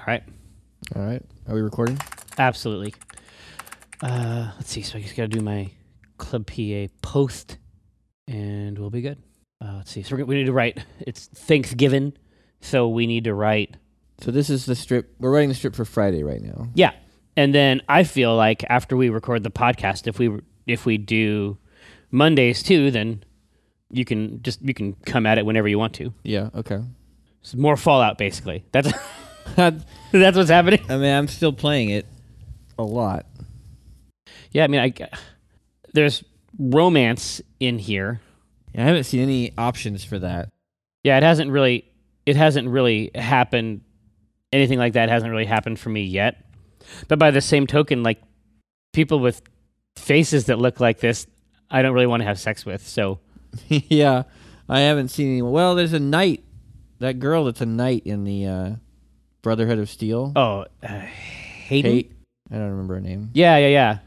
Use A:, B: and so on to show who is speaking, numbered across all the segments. A: All right.
B: All right. Are we recording?
A: Absolutely. Uh, let's see. So I just got to do my Club PA post and we'll be good. Uh, let's see. So we're, gonna- we need to write. It's Thanksgiving. So we need to write.
B: So this is the strip. We're writing the strip for Friday right now.
A: Yeah. And then I feel like after we record the podcast, if we if we do Mondays too, then you can just you can come at it whenever you want to.
B: Yeah. Okay.
A: It's more Fallout basically. That's
B: I
A: that's what's happening.
B: mean, I'm still playing it a lot.
A: Yeah, I mean, I g- there's romance in here.
B: I haven't seen any options for that.
A: Yeah, it hasn't really it hasn't really happened anything like that hasn't really happened for me yet. But by the same token, like people with faces that look like this, I don't really want to have sex with. So,
B: yeah, I haven't seen any. Well, there's a knight. That girl that's a knight in the uh, Brotherhood of Steel.
A: oh, uh, Hayden.
B: Kate. I don't remember her name.
A: Yeah, yeah, yeah.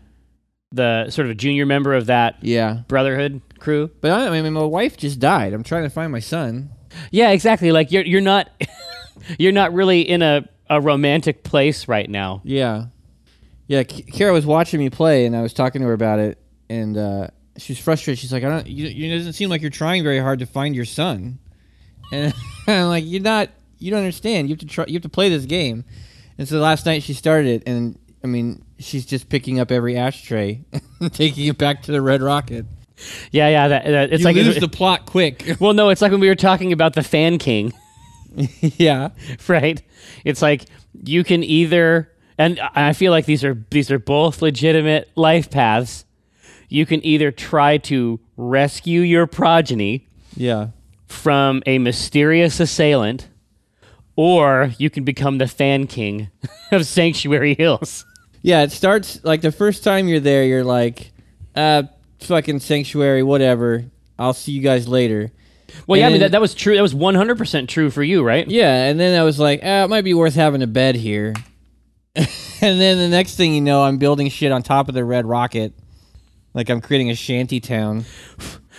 A: The sort of junior member of that
B: Yeah,
A: brotherhood crew.
B: but I, I mean, my wife just died. I'm trying to find my son.
A: Yeah, exactly. Like you're you're not you're not really in a a romantic place right now.
B: Yeah. Yeah, K- Kara was watching me play, and I was talking to her about it, and uh, she was frustrated. She's like, "I don't. You, you it doesn't seem like you're trying very hard to find your son." And I'm like, "You're not. You don't understand. You have to try. You have to play this game." And so last night she started it, and I mean, she's just picking up every ashtray, and taking it back to the Red Rocket.
A: Yeah, yeah. That, that it's
B: you
A: like
B: lose the plot quick.
A: well, no, it's like when we were talking about the Fan King.
B: yeah.
A: right? It's like you can either, and I I feel like these are these are both legitimate life paths. You can either try to rescue your progeny
B: Yeah.
A: from a mysterious assailant, or you can become the fan king of Sanctuary Hills.
B: Yeah, it starts like the first time you're there, you're like, uh, fucking sanctuary, whatever. I'll see you guys later.
A: Well, yeah, I mean
B: And-
A: that, that was true. That was one hundred percent true for you, right?
B: Yeah, and then I was like, ah, it might be worth having a bed here. and then the next thing you know, I'm building shit on top of the Red Rocket. Like I'm creating a shanty town.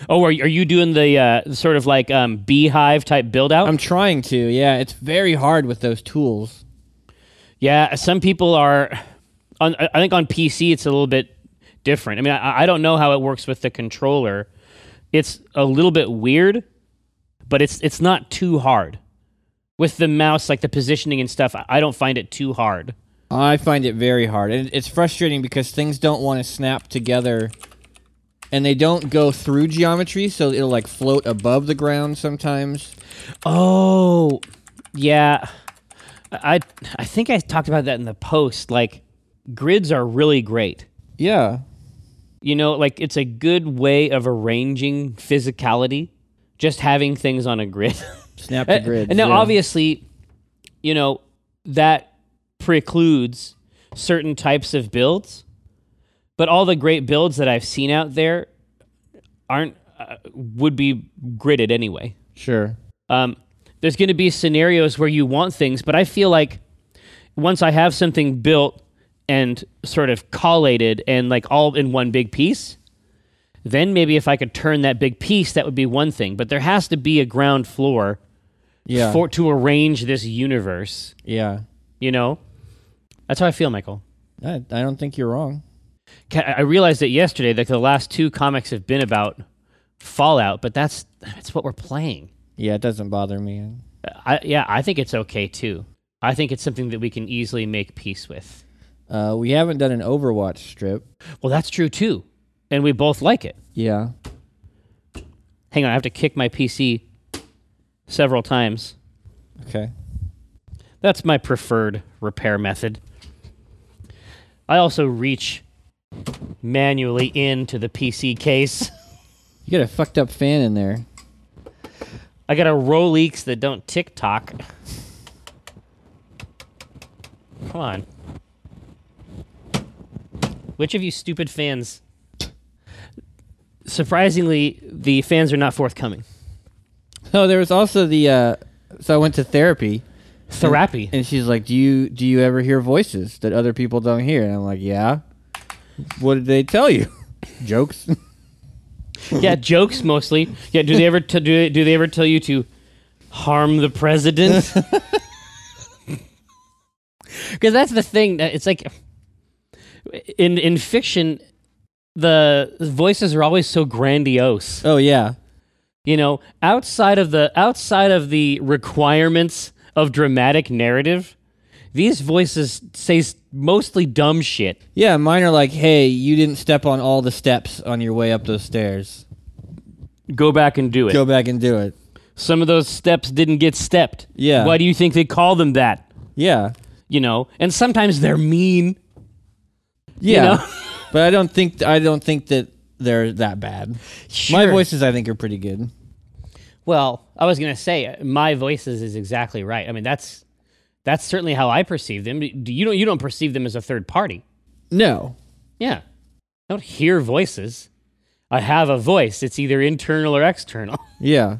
A: Oh, are, you- are you doing the uh, sort of like um, beehive type build out?
B: I'm trying to, yeah. It's very hard with those tools.
A: Yeah, some people are. On, I I think on PC it's a little bit different. I mean, I, I don't know how it works with the controller. It's a little bit weird, but it's it's not too hard. With the mouse, like the positioning and stuff, I- I don't find it too hard.
B: I find it very hard. And it's frustrating because things don't want to snap together and they don't go through geometry, so it'll like float above the ground sometimes.
A: Oh, yeah. I I think I talked about that in the post. Like grids are really great.
B: Yeah.
A: You know, like it's a good way of arranging physicality, just having things on a grid.
B: Snap
A: Uh,
B: the grid.
A: And now, obviously, you know that precludes certain types of builds, but all the great builds that I've seen out there aren't uh, would be gridded anyway.
B: Sure.
A: Um, there's going to be scenarios where you want things, but I feel like once I have something built and sort of collated and like all in one big piece, then maybe if I could turn that big piece, that would be one thing. But there has to be a ground floor
B: Yeah.
A: for to arrange this universe.
B: yeah.
A: You know, that's how I feel, Michael.
B: I, I don't think you're wrong.
A: Ca- I realized that yesterday that the last two comics have been about Fallout, but that's that's what we're playing.
B: Yeah, it doesn't bother me.
A: I, yeah, I think it's okay too. I think it's something that we can easily make peace with.
B: Uh, we haven't done an Overwatch strip.
A: Well, that's true too, and we both like it.
B: Yeah.
A: Hang on, I have to kick my PC several times.
B: Okay.
A: That's my preferred repair method. I also reach manually into the PC case.
B: You got a fucked up fan in there.
A: I gotta roll leaks that don't tick tock. Come on. Which of you stupid fans? Surprisingly, the fans are not forthcoming.
B: Oh, there was also the. Uh, so I went to therapy,
A: Therapy.
B: and she's like, "Do you do you ever hear voices that other people don't hear?" And I'm like, "Yeah." What did they tell you? Jokes.
A: yeah, jokes mostly. Yeah, do they ever t- do, they, do they ever tell you to harm the president? because that's the thing that it's like in in fiction the voices are always so grandiose
B: Oh yeah.
A: you know outside of the outside of the requirements of dramatic narrative these voices say s- mostly dumb shit
B: Yeah, mine are like, hey, you didn't step on all the steps on your way up those stairs.
A: go back and do it
B: Go back and do it.
A: some of those steps didn't get stepped
B: Yeah.
A: why do you think they call them that
B: Yeah.
A: you know and sometimes they're mean
B: Yeah.
A: know?
B: but I don't think I don't think that they're that bad. My
A: Sure.
B: voices I think are pretty good.
A: Well, I was gonna say uh, my voices is exactly right. I mean, that's that's certainly how I perceive them. Do- You don't you don't perceive them as a third party.
B: No.
A: Yeah, I don't hear voices. I have a voice. It's either internal or external.
B: Yeah.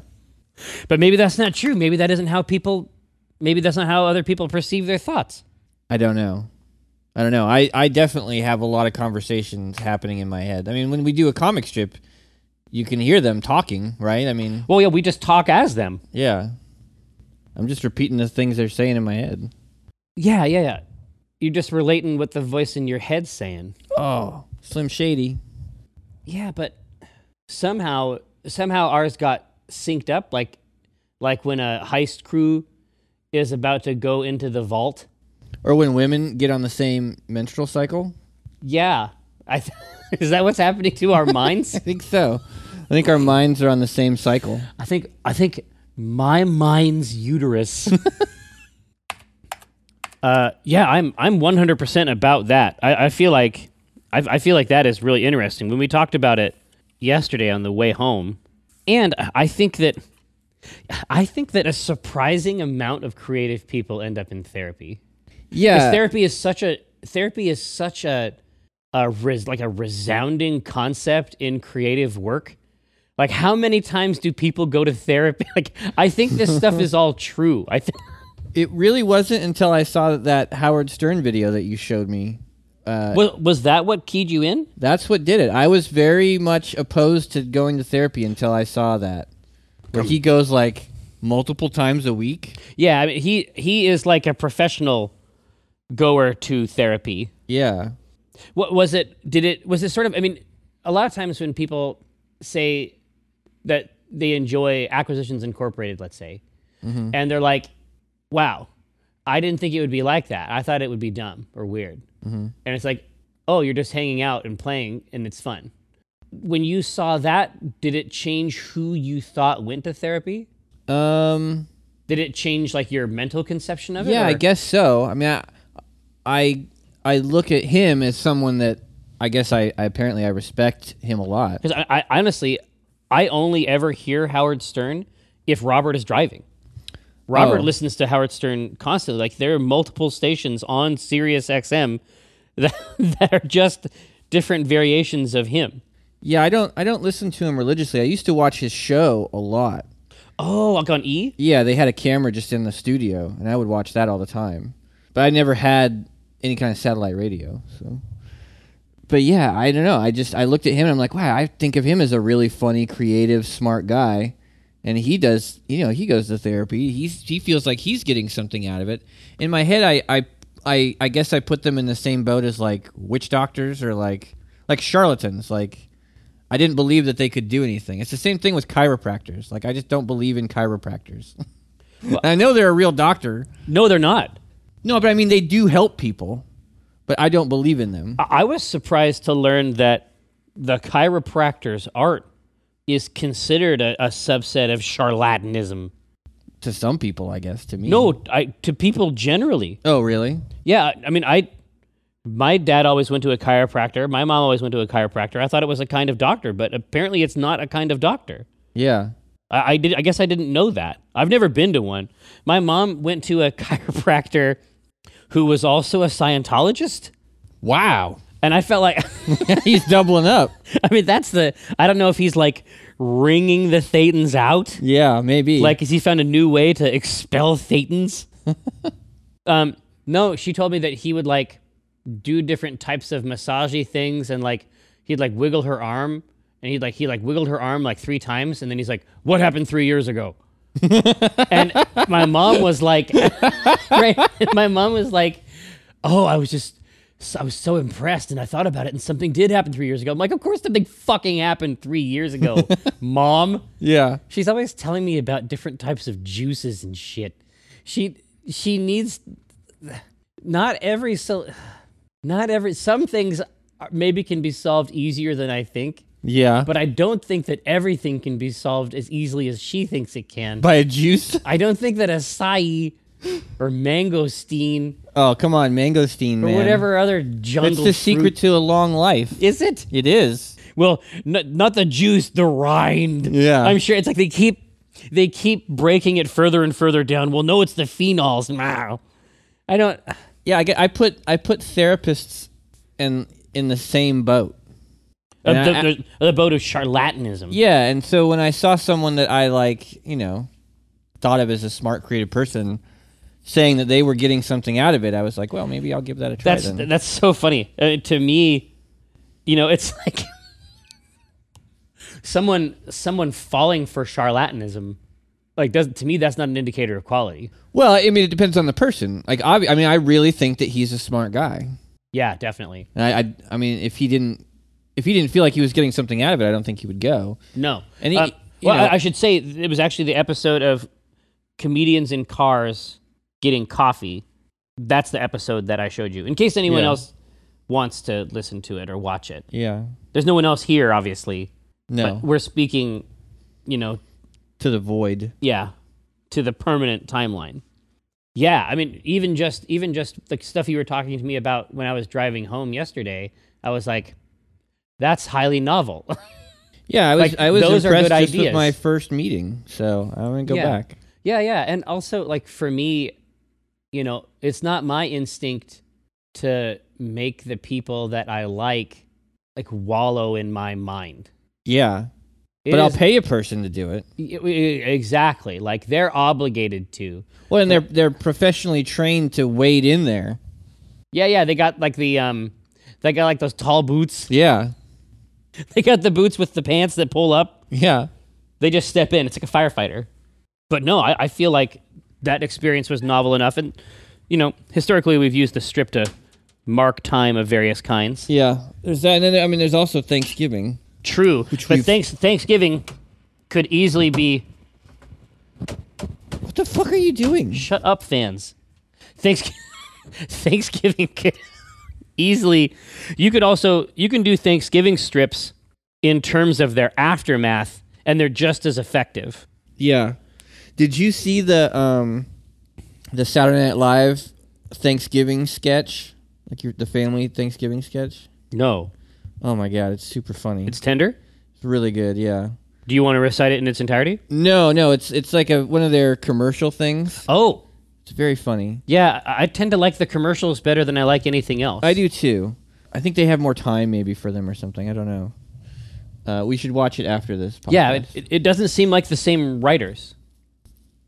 A: but maybe that's not true. Maybe that isn't how people. Maybe that's not how other people perceive their thoughts.
B: I don't know. I don't know. I, I definitely have a lot of conversations happening in my head. I mean, when we do a comic strip, you can hear them talking, right? I mean,
A: Well, yeah, we just talk as them.
B: yeah. I'm just repeating the things they're saying in my head.
A: Yeah, yeah, yeah. You're just relating what the voice in your head's saying.
B: Oh, Slim Shady.
A: Yeah, but somehow somehow ours got synced up like like when a heist crew is about to go into the vault.
B: Or when women get on the same menstrual cycle?
A: Yeah. I th- is that what's happening to our minds?
B: I think so. I think our minds are on the same cycle.
A: I think I think my mind's uterus. uh yeah, I'm I'm 100% about that. I, I feel like I, I feel like that is really interesting. When we talked about it yesterday on the way home, and I think that I think that a surprising amount of creative people end up in therapy. Because
B: Yeah.
A: therapy is such a therapy is such a a res, like a resounding concept in creative work. Like how many times do people go to therapy? Like I think this stuff is all true. I think
B: it really wasn't until I saw that Howard Stern video that you showed me.
A: was, was that what keyed you in?
B: That's what did it. I was very much opposed to going to therapy until I saw that. Where he goes like multiple times a week.
A: Yeah, I mean, he he is like a professional goer to therapy.
B: Yeah.
A: What was it? Did it was it sort of? I mean, a lot of times when people say that they enjoy Acquisitions Incorporated, let's say,
B: Mm-hmm.
A: and they're like, "Wow, I didn't think it would be like that. I thought it would be dumb or weird."
B: Mm-hmm.
A: And it's like, "Oh, you're just hanging out and playing, and it's fun." When you saw that, did it change who you thought went to therapy?
B: Um
A: Did it change like your mental conception of it?
B: yeah, I
A: or-
B: guess so. I mean I I I look at him as someone that I guess I, I apparently I respect him a lot.
A: Because I, I honestly, I only ever hear Howard Stern if Robert is driving. Robert
B: Oh.
A: listens to Howard Stern constantly. Like there are multiple stations on Sirius XM that, that are just different variations of him.
B: Yeah, I don't I don't listen to him religiously. I used to watch his show a lot.
A: Oh, like on E.
B: Yeah, they had a camera just in the studio, and I would watch that all the time. But I never had any kind of satellite radio, so. But yeah, I don't know. I just I looked at him and I'm like, wow, I think of him as a really funny, creative, smart guy, and he does. You know, he goes to therapy. He's he feels like he's getting something out of it. In my head, I I I, I guess I put them in the same boat as like witch doctors or like like charlatans, like. I didn't believe that they could do anything. It's the same thing with chiropractors. Like I just don't believe in chiropractors. I know they're a real doctor.
A: No, they're not.
B: No, but I mean they do help people, but I don't believe in them.
A: I, I was surprised to learn that the chiropractor's art is considered a, a subset of charlatanism.
B: To some people, I guess. To me,
A: No, I, to people generally.
B: Oh, really?
A: Yeah, I mean, I my dad always went to a chiropractor. My mom always went to a chiropractor. I thought it was a kind of doctor, but apparently it's not a kind of doctor.
B: Yeah.
A: I, I did. I guess I didn't know that. I've never been to one. My mom went to a chiropractor who was also a Scientologist,
B: Wow.
A: and I felt like,
B: He's doubling up.
A: I mean, that's the. I don't know if he's like wringing the Thetans out.
B: Yeah, maybe.
A: Like, has he found a new way to expel Thetans? um, no, she told me that he would like do different types of massagey things, and like he'd like wiggle her arm, and he'd like he like wiggled her arm like three times, and then he's like, "What happened three years ago?" and my mom was like, right? My mom was like, oh, I was just, so- I was so impressed, and I thought about it, and something did happen three years ago. I'm like, of course, something fucking happened three years ago, mom.
B: Yeah.
A: She's always telling me about different types of juices and shit. She she needs not every so not every some things are- maybe can be solved easier than I think,
B: Yeah.
A: but I don't think that everything can be solved as easily as she thinks it can.
B: by a juice?
A: I don't think that acai or mangosteen
B: Oh, come on, mangosteen,
A: or
B: man.
A: whatever other jungle
B: It's the secret
A: fruit-
B: to a long life.
A: is it?
B: It is.
A: Well, n- not the juice, the rind.
B: Yeah.
A: I'm sure it's like they keep they keep breaking it further and further down. Well, no, it's the phenols. Wow. I don't.
B: Yeah, I, get, I put I put therapists in in the same boat.
A: Uh,
B: And
A: the,
B: I-
A: the, the boat of charlatanism.
B: Yeah, and so when I saw someone that I like, you know, thought of as a smart, creative person, saying that they were getting something out of it, I was like, well, maybe I'll give that a try.
C: That's
B: then.
C: that's so funny uh, to me. You know, it's like
A: Someone someone falling for charlatanism, like doesn't to me that's not an indicator of quality.
B: well, I mean, it depends on the person. Like, obvi- I mean, I really think that he's a smart guy,
A: Yeah, definitely.
B: and I, I, I mean, if he didn't, if he didn't feel like he was getting something out of it, I don't think he would go.
A: No.
B: And he-
A: Um,
B: you
A: well,
B: know-
A: I, I should say th- it was actually the episode of comedians in cars getting coffee. That's the episode that I showed you. In case anyone
B: Yeah.
A: else wants to listen to it or watch it,
B: Yeah.
A: there's no one else here, obviously.
B: No,
A: But we're speaking, you know,
B: to the void.
A: yeah, to the permanent timeline. Yeah, I mean, even just even just the stuff you were talking to me about when I was driving home yesterday, I was like, "That's highly novel."
B: Yeah, I was
A: Like,
B: I was
A: those are
B: impressed
A: good
B: just with
A: ideas.
B: my first meeting, so I'm gonna go
A: Yeah.
B: back.
A: Yeah, yeah. And also like for me, you know, it's not my instinct to make the people that I like like wallow in my mind.
B: Yeah,
A: It
B: but I'll
A: is-
B: pay a person to do it.
A: e- e- exactly. Like they're obligated to.
B: Well, and they're they're professionally trained to wade in there.
A: Yeah, yeah, they got like the um they got like those tall boots.
B: Yeah,
A: They got the boots with the pants that pull up.
B: yeah,
A: They just step in. It's like a firefighter. But no, I, I feel like that experience was novel enough and you know, historically we've used the strip to mark time of various kinds.
B: yeah. There's that, and then I mean, there's also Thanksgiving.
A: True, but
B: we've-
A: thanks Thanksgiving could easily be
B: What the fuck are you doing?
A: shut up fans. Thanks Thanksgiving could easily you could also you can do Thanksgiving strips in terms of their aftermath and they're just as effective.
B: Yeah. Did you see the um, the Saturday Night Live Thanksgiving sketch? Like your, the family Thanksgiving sketch?
A: No,
B: Oh my god, it's super funny.
A: it's tender.
B: It's really good. Yeah.
A: Do you want to recite it in its entirety?
B: No, no, it's it's like a one of their commercial things.
A: Oh,
B: It's very funny.
A: yeah, I I tend to like the commercials better than I like anything else.
B: I do too. I think they have more time maybe for them or something. I don't know. Uh, we should watch it after this. Podcast.
A: yeah, it, it- it doesn't seem like the same writers.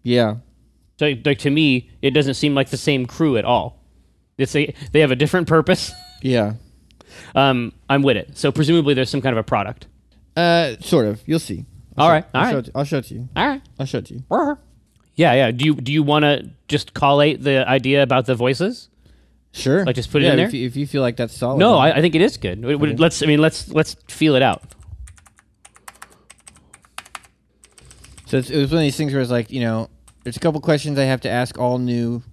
B: yeah,
A: So, like to me, it doesn't seem like the same crew at all. It's a, they have a different purpose.
B: yeah.
A: Um, I'm with it. So presumably there's some kind of a product.
B: Uh, sort of. You'll see. I'll
A: All
B: show-
A: right,
B: I'll
A: all
B: show
A: right.
B: it- I'll show it to you.
A: All right.
B: I'll show it to you.
A: Yeah, yeah. Do you do you want to just collate the idea about the voices?
B: Sure.
A: Like, just put it
B: Yeah,
A: in there?
B: if you, if you feel like that's solid.
A: No, I, I think it is good. It- it- Let's I mean let's let's feel it out.
B: So it's, it was one of these things where it's like, you know, there's a couple questions I have to ask all new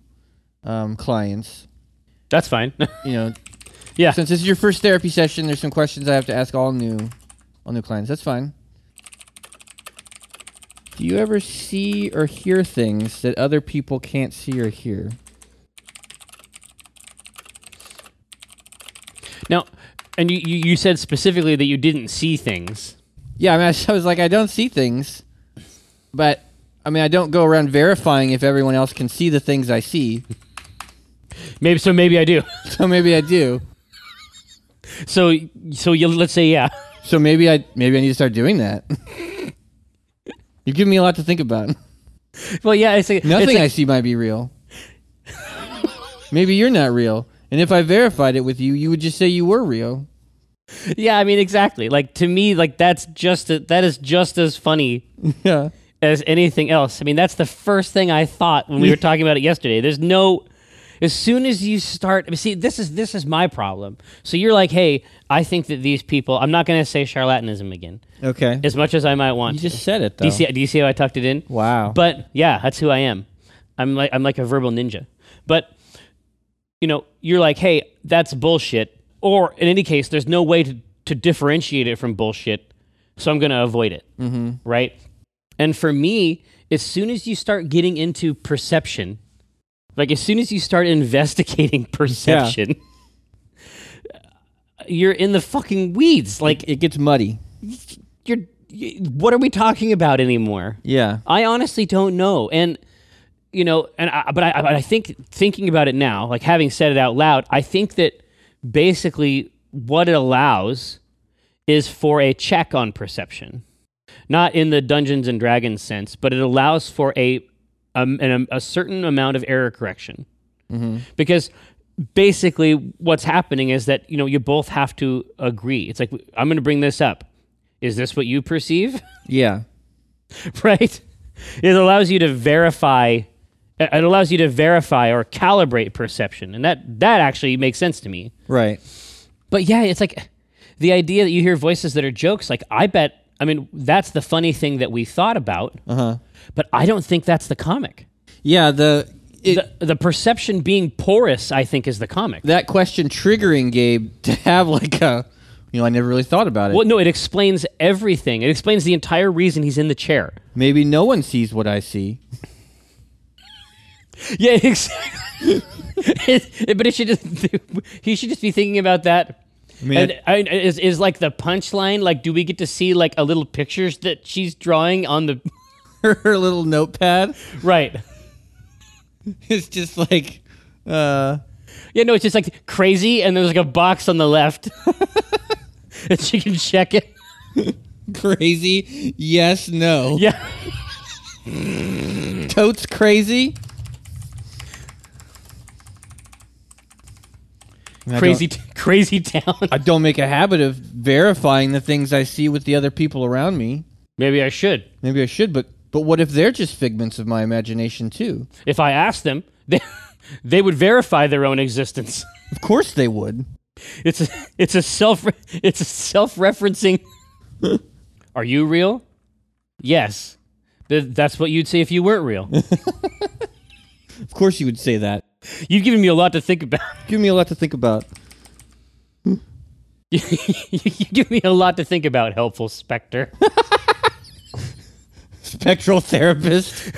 B: um, clients.
A: That's fine.
B: You know,
A: Yeah.
B: Since this is your first therapy session, there's some questions I have to ask all new, all new clients. That's fine. Do you ever see or hear things that other people can't see or hear?
A: now, and you, you you said specifically that you didn't see things.
B: Yeah, I mean, I was- I was like, I don't see things, but I mean, I don't go around verifying if everyone else can see the things I see.
A: Maybe so. Maybe I do.
B: So maybe I do.
A: So so you let's say yeah.
B: So maybe I maybe I need to start doing that. you give me a lot to think about.
A: Well, yeah. It's like,
B: Nothing
A: It's like,
B: I see might be real. Maybe you're not real. And if I verified it with you, you would just say you were real.
A: yeah. I mean exactly. Like to me, like that's just a, that is just as funny
B: Yeah.
A: as anything else. I mean, that's the first thing I thought when we were talking about it yesterday. There's no, As soon as you start, I mean, see, this is this is my problem. So you're like, hey, I think that these people. I'm not going to say charlatanism again,
B: Okay.
A: as much as I might want.
B: You
A: to.
B: just said it
A: do
B: though.
A: you see? Do you see how I tucked it in?
B: wow.
A: But yeah, that's who I am. I'm like I'm like a verbal ninja. But you know, you're like, hey, that's bullshit. Or in any case, there's no way to, to differentiate it from bullshit, so I'm gonna avoid it. Mm-hmm. Right? And for me, as soon as you start getting into perception, like as soon as you start investigating perception, you're in the fucking weeds. Like
B: it gets muddy.
A: you're. You, what are we talking about anymore?
B: Yeah.
A: I honestly don't know, and you know, and I, but I, but I think thinking about it now, like having said it out loud, I think that basically what it allows is for a check on perception, not in the Dungeons and Dragons sense, but it allows for a um, an, a certain amount of error correction, because basically what's happening is that you know you both have to agree. It's like I'm going to bring this up. Is this what you perceive?
B: Yeah.
A: right? It allows you to verify. It allows you to verify or calibrate perception, and that that actually makes sense to me.
B: Right.
A: But yeah, it's like the idea that you hear voices that are jokes. Like I bet. I mean, that's the funny thing that we thought about. But I don't think that's the comic.
B: Yeah. The, it,
A: the, the perception being porous, I think, is the comic.
B: that question triggering Gabe to have like a, you know, I never really thought about it.
A: well, no, it explains everything. It explains the entire reason he's in the chair.
B: Maybe no one sees what I see.
A: Yeah, exactly. It- but it should just he should just be thinking about that.
B: mean,
A: and I, is is like the punchline? Like, do we get to see like a little pictures that she's drawing on the
B: Her little notepad
A: right?
B: is just like, uh,
A: Yeah, no, it's just like crazy, and there's like a box on the left, and she can check it.
B: crazy. Yes, no. Hmm.
A: Yeah,
B: Totes crazy. And I
A: crazy,
B: don't-
A: t- crazy town.
B: I don't make a habit of verifying the things I see with the other people around me.
A: Maybe I should.
B: Maybe I should, but but what if they're just figments of my imagination too?
A: If I asked them, they they would verify their own existence.
B: Of course they would.
A: It's a, it's a self it's a self-referencing. Are you real? Yes. Th- That's what you'd say if you weren't real.
B: Of course you would say that.
A: You've given me a lot to think about.
B: Give me a lot to think about.
A: you give me a lot to think about, helpful specter.
B: Spectral therapist.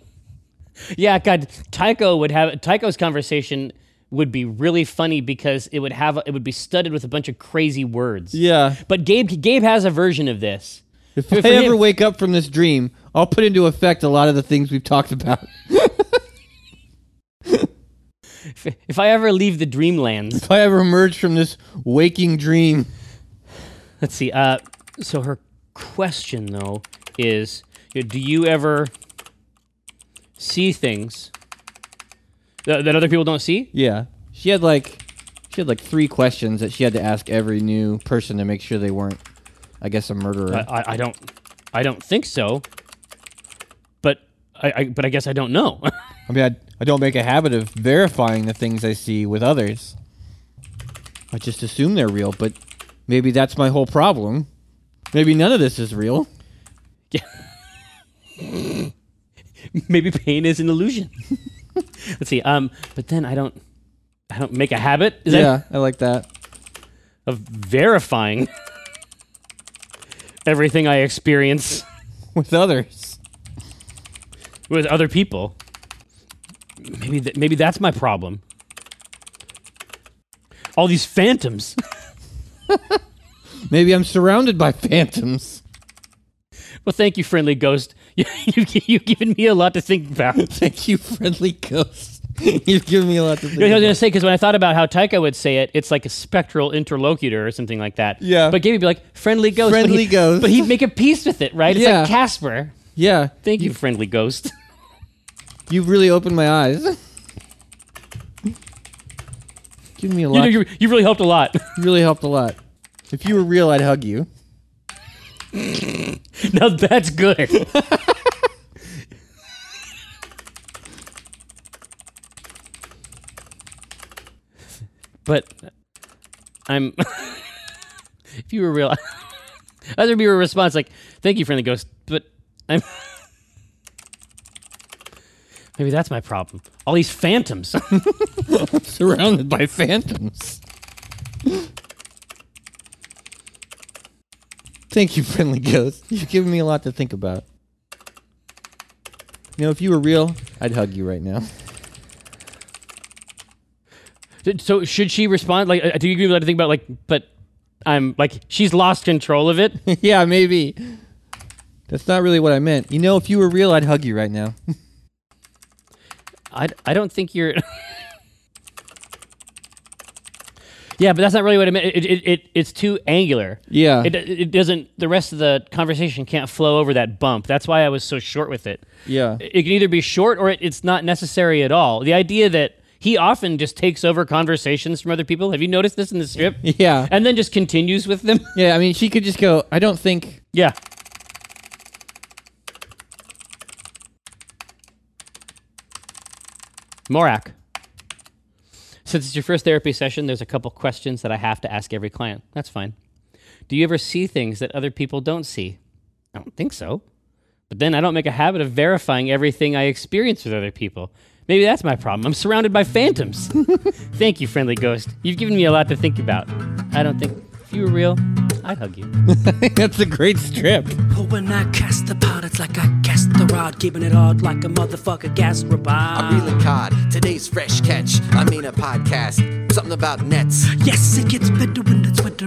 A: yeah, God, Tycho would have Tycho's conversation would be really funny because it would have it would be studded with a bunch of crazy words.
B: Yeah.
A: But Gabe Gabe has a version of this.
B: If
A: Good
B: I
A: for
B: ever
A: him.
B: wake up from this dream, I'll put into effect a lot of the things we've talked about.
A: If, if I ever leave the dreamlands,
B: If I ever emerge from this waking dream,
A: Let's see. Uh, so her question though is, you know, do you ever see things that, that other people don't see?
B: yeah. She had like she had like three questions that she had to ask every new person to make sure they weren't I guess a murderer.
A: I, I, I don't. I don't think so. But I, I but I guess I don't know.
B: I mean, I, I don't make a habit of verifying the things I see with others. I just assume they're real, but maybe that's my whole problem. Maybe none of this is real.
A: Maybe pain is an illusion. Let's see. Um, but then I don't. I don't make a habit. Is that
B: I like that.
A: of verifying everything I experience.
B: With others.
A: with other people. Maybe th- maybe that's my problem. All these phantoms.
B: Maybe I'm surrounded by phantoms.
A: well, thank you, friendly ghost. You, you you've given me a lot to think about. You
B: Thank you, friendly ghost. You've given me a lot to think
A: know, I was gonna
B: about.
A: say because when I thought about how Taika would say it, it's like a spectral interlocutor or something like that.
B: Yeah.
A: But Gabe would be like friendly ghost. but
B: Friendly
A: he-
B: ghost.
A: But he'd make a peace with it, right? It's
B: Yeah.
A: like Casper.
B: Yeah,
A: Thank you, friendly ghost.
B: you've really opened my eyes. Give me a
A: you,
B: lot.
A: know,
B: You
A: you, you really helped a lot.
B: really helped a lot. If you were real, I'd hug you.
A: now that's good. But I'm. if you were real, that would be a response like, "Thank you, friendly ghost," but I'm. Maybe that's my problem. All these phantoms.
B: Surrounded by phantoms. Thank you, friendly ghost. You've given me a lot to think about. You know, if you were real, I'd hug you right now.
A: so should she respond? Like, uh, do you agree with that? I think about like, but I'm like, she's lost control of it.
B: yeah, maybe. That's not really what I meant. You know, if you were real, I'd hug you right now.
A: I, I don't think you're. yeah, but that's not really what I meant. It, it, it, it's too angular.
B: Yeah.
A: It, it doesn't, the rest of the conversation can't flow over that bump. That's why I was so short with it.
B: yeah.
A: It can either be short or it, it's not necessary at all. The idea that he often just takes over conversations from other people. Have you noticed this in the strip?
B: Yeah.
A: And then just continues with them.
B: Yeah, I mean, she could just go, I don't think.
A: yeah. Morak. Since it's your first therapy session, there's a couple questions that I have to ask every client. That's fine. Do you ever see things that other people don't see? I don't think so. But then I don't make a habit of verifying everything I experience with other people. Maybe that's my problem. I'm surrounded by phantoms. Thank you, friendly ghost. You've given me a lot to think about. I don't think if you were real, I'd hug you.
B: That's a great strip.
D: But when I cast the pot, it's like I cast the rod, keeping it hard like a motherfucker gas robot.
E: I reel a cod. Today's fresh catch. I mean a podcast. Something about nets.
D: Yes, it gets better when it's winter.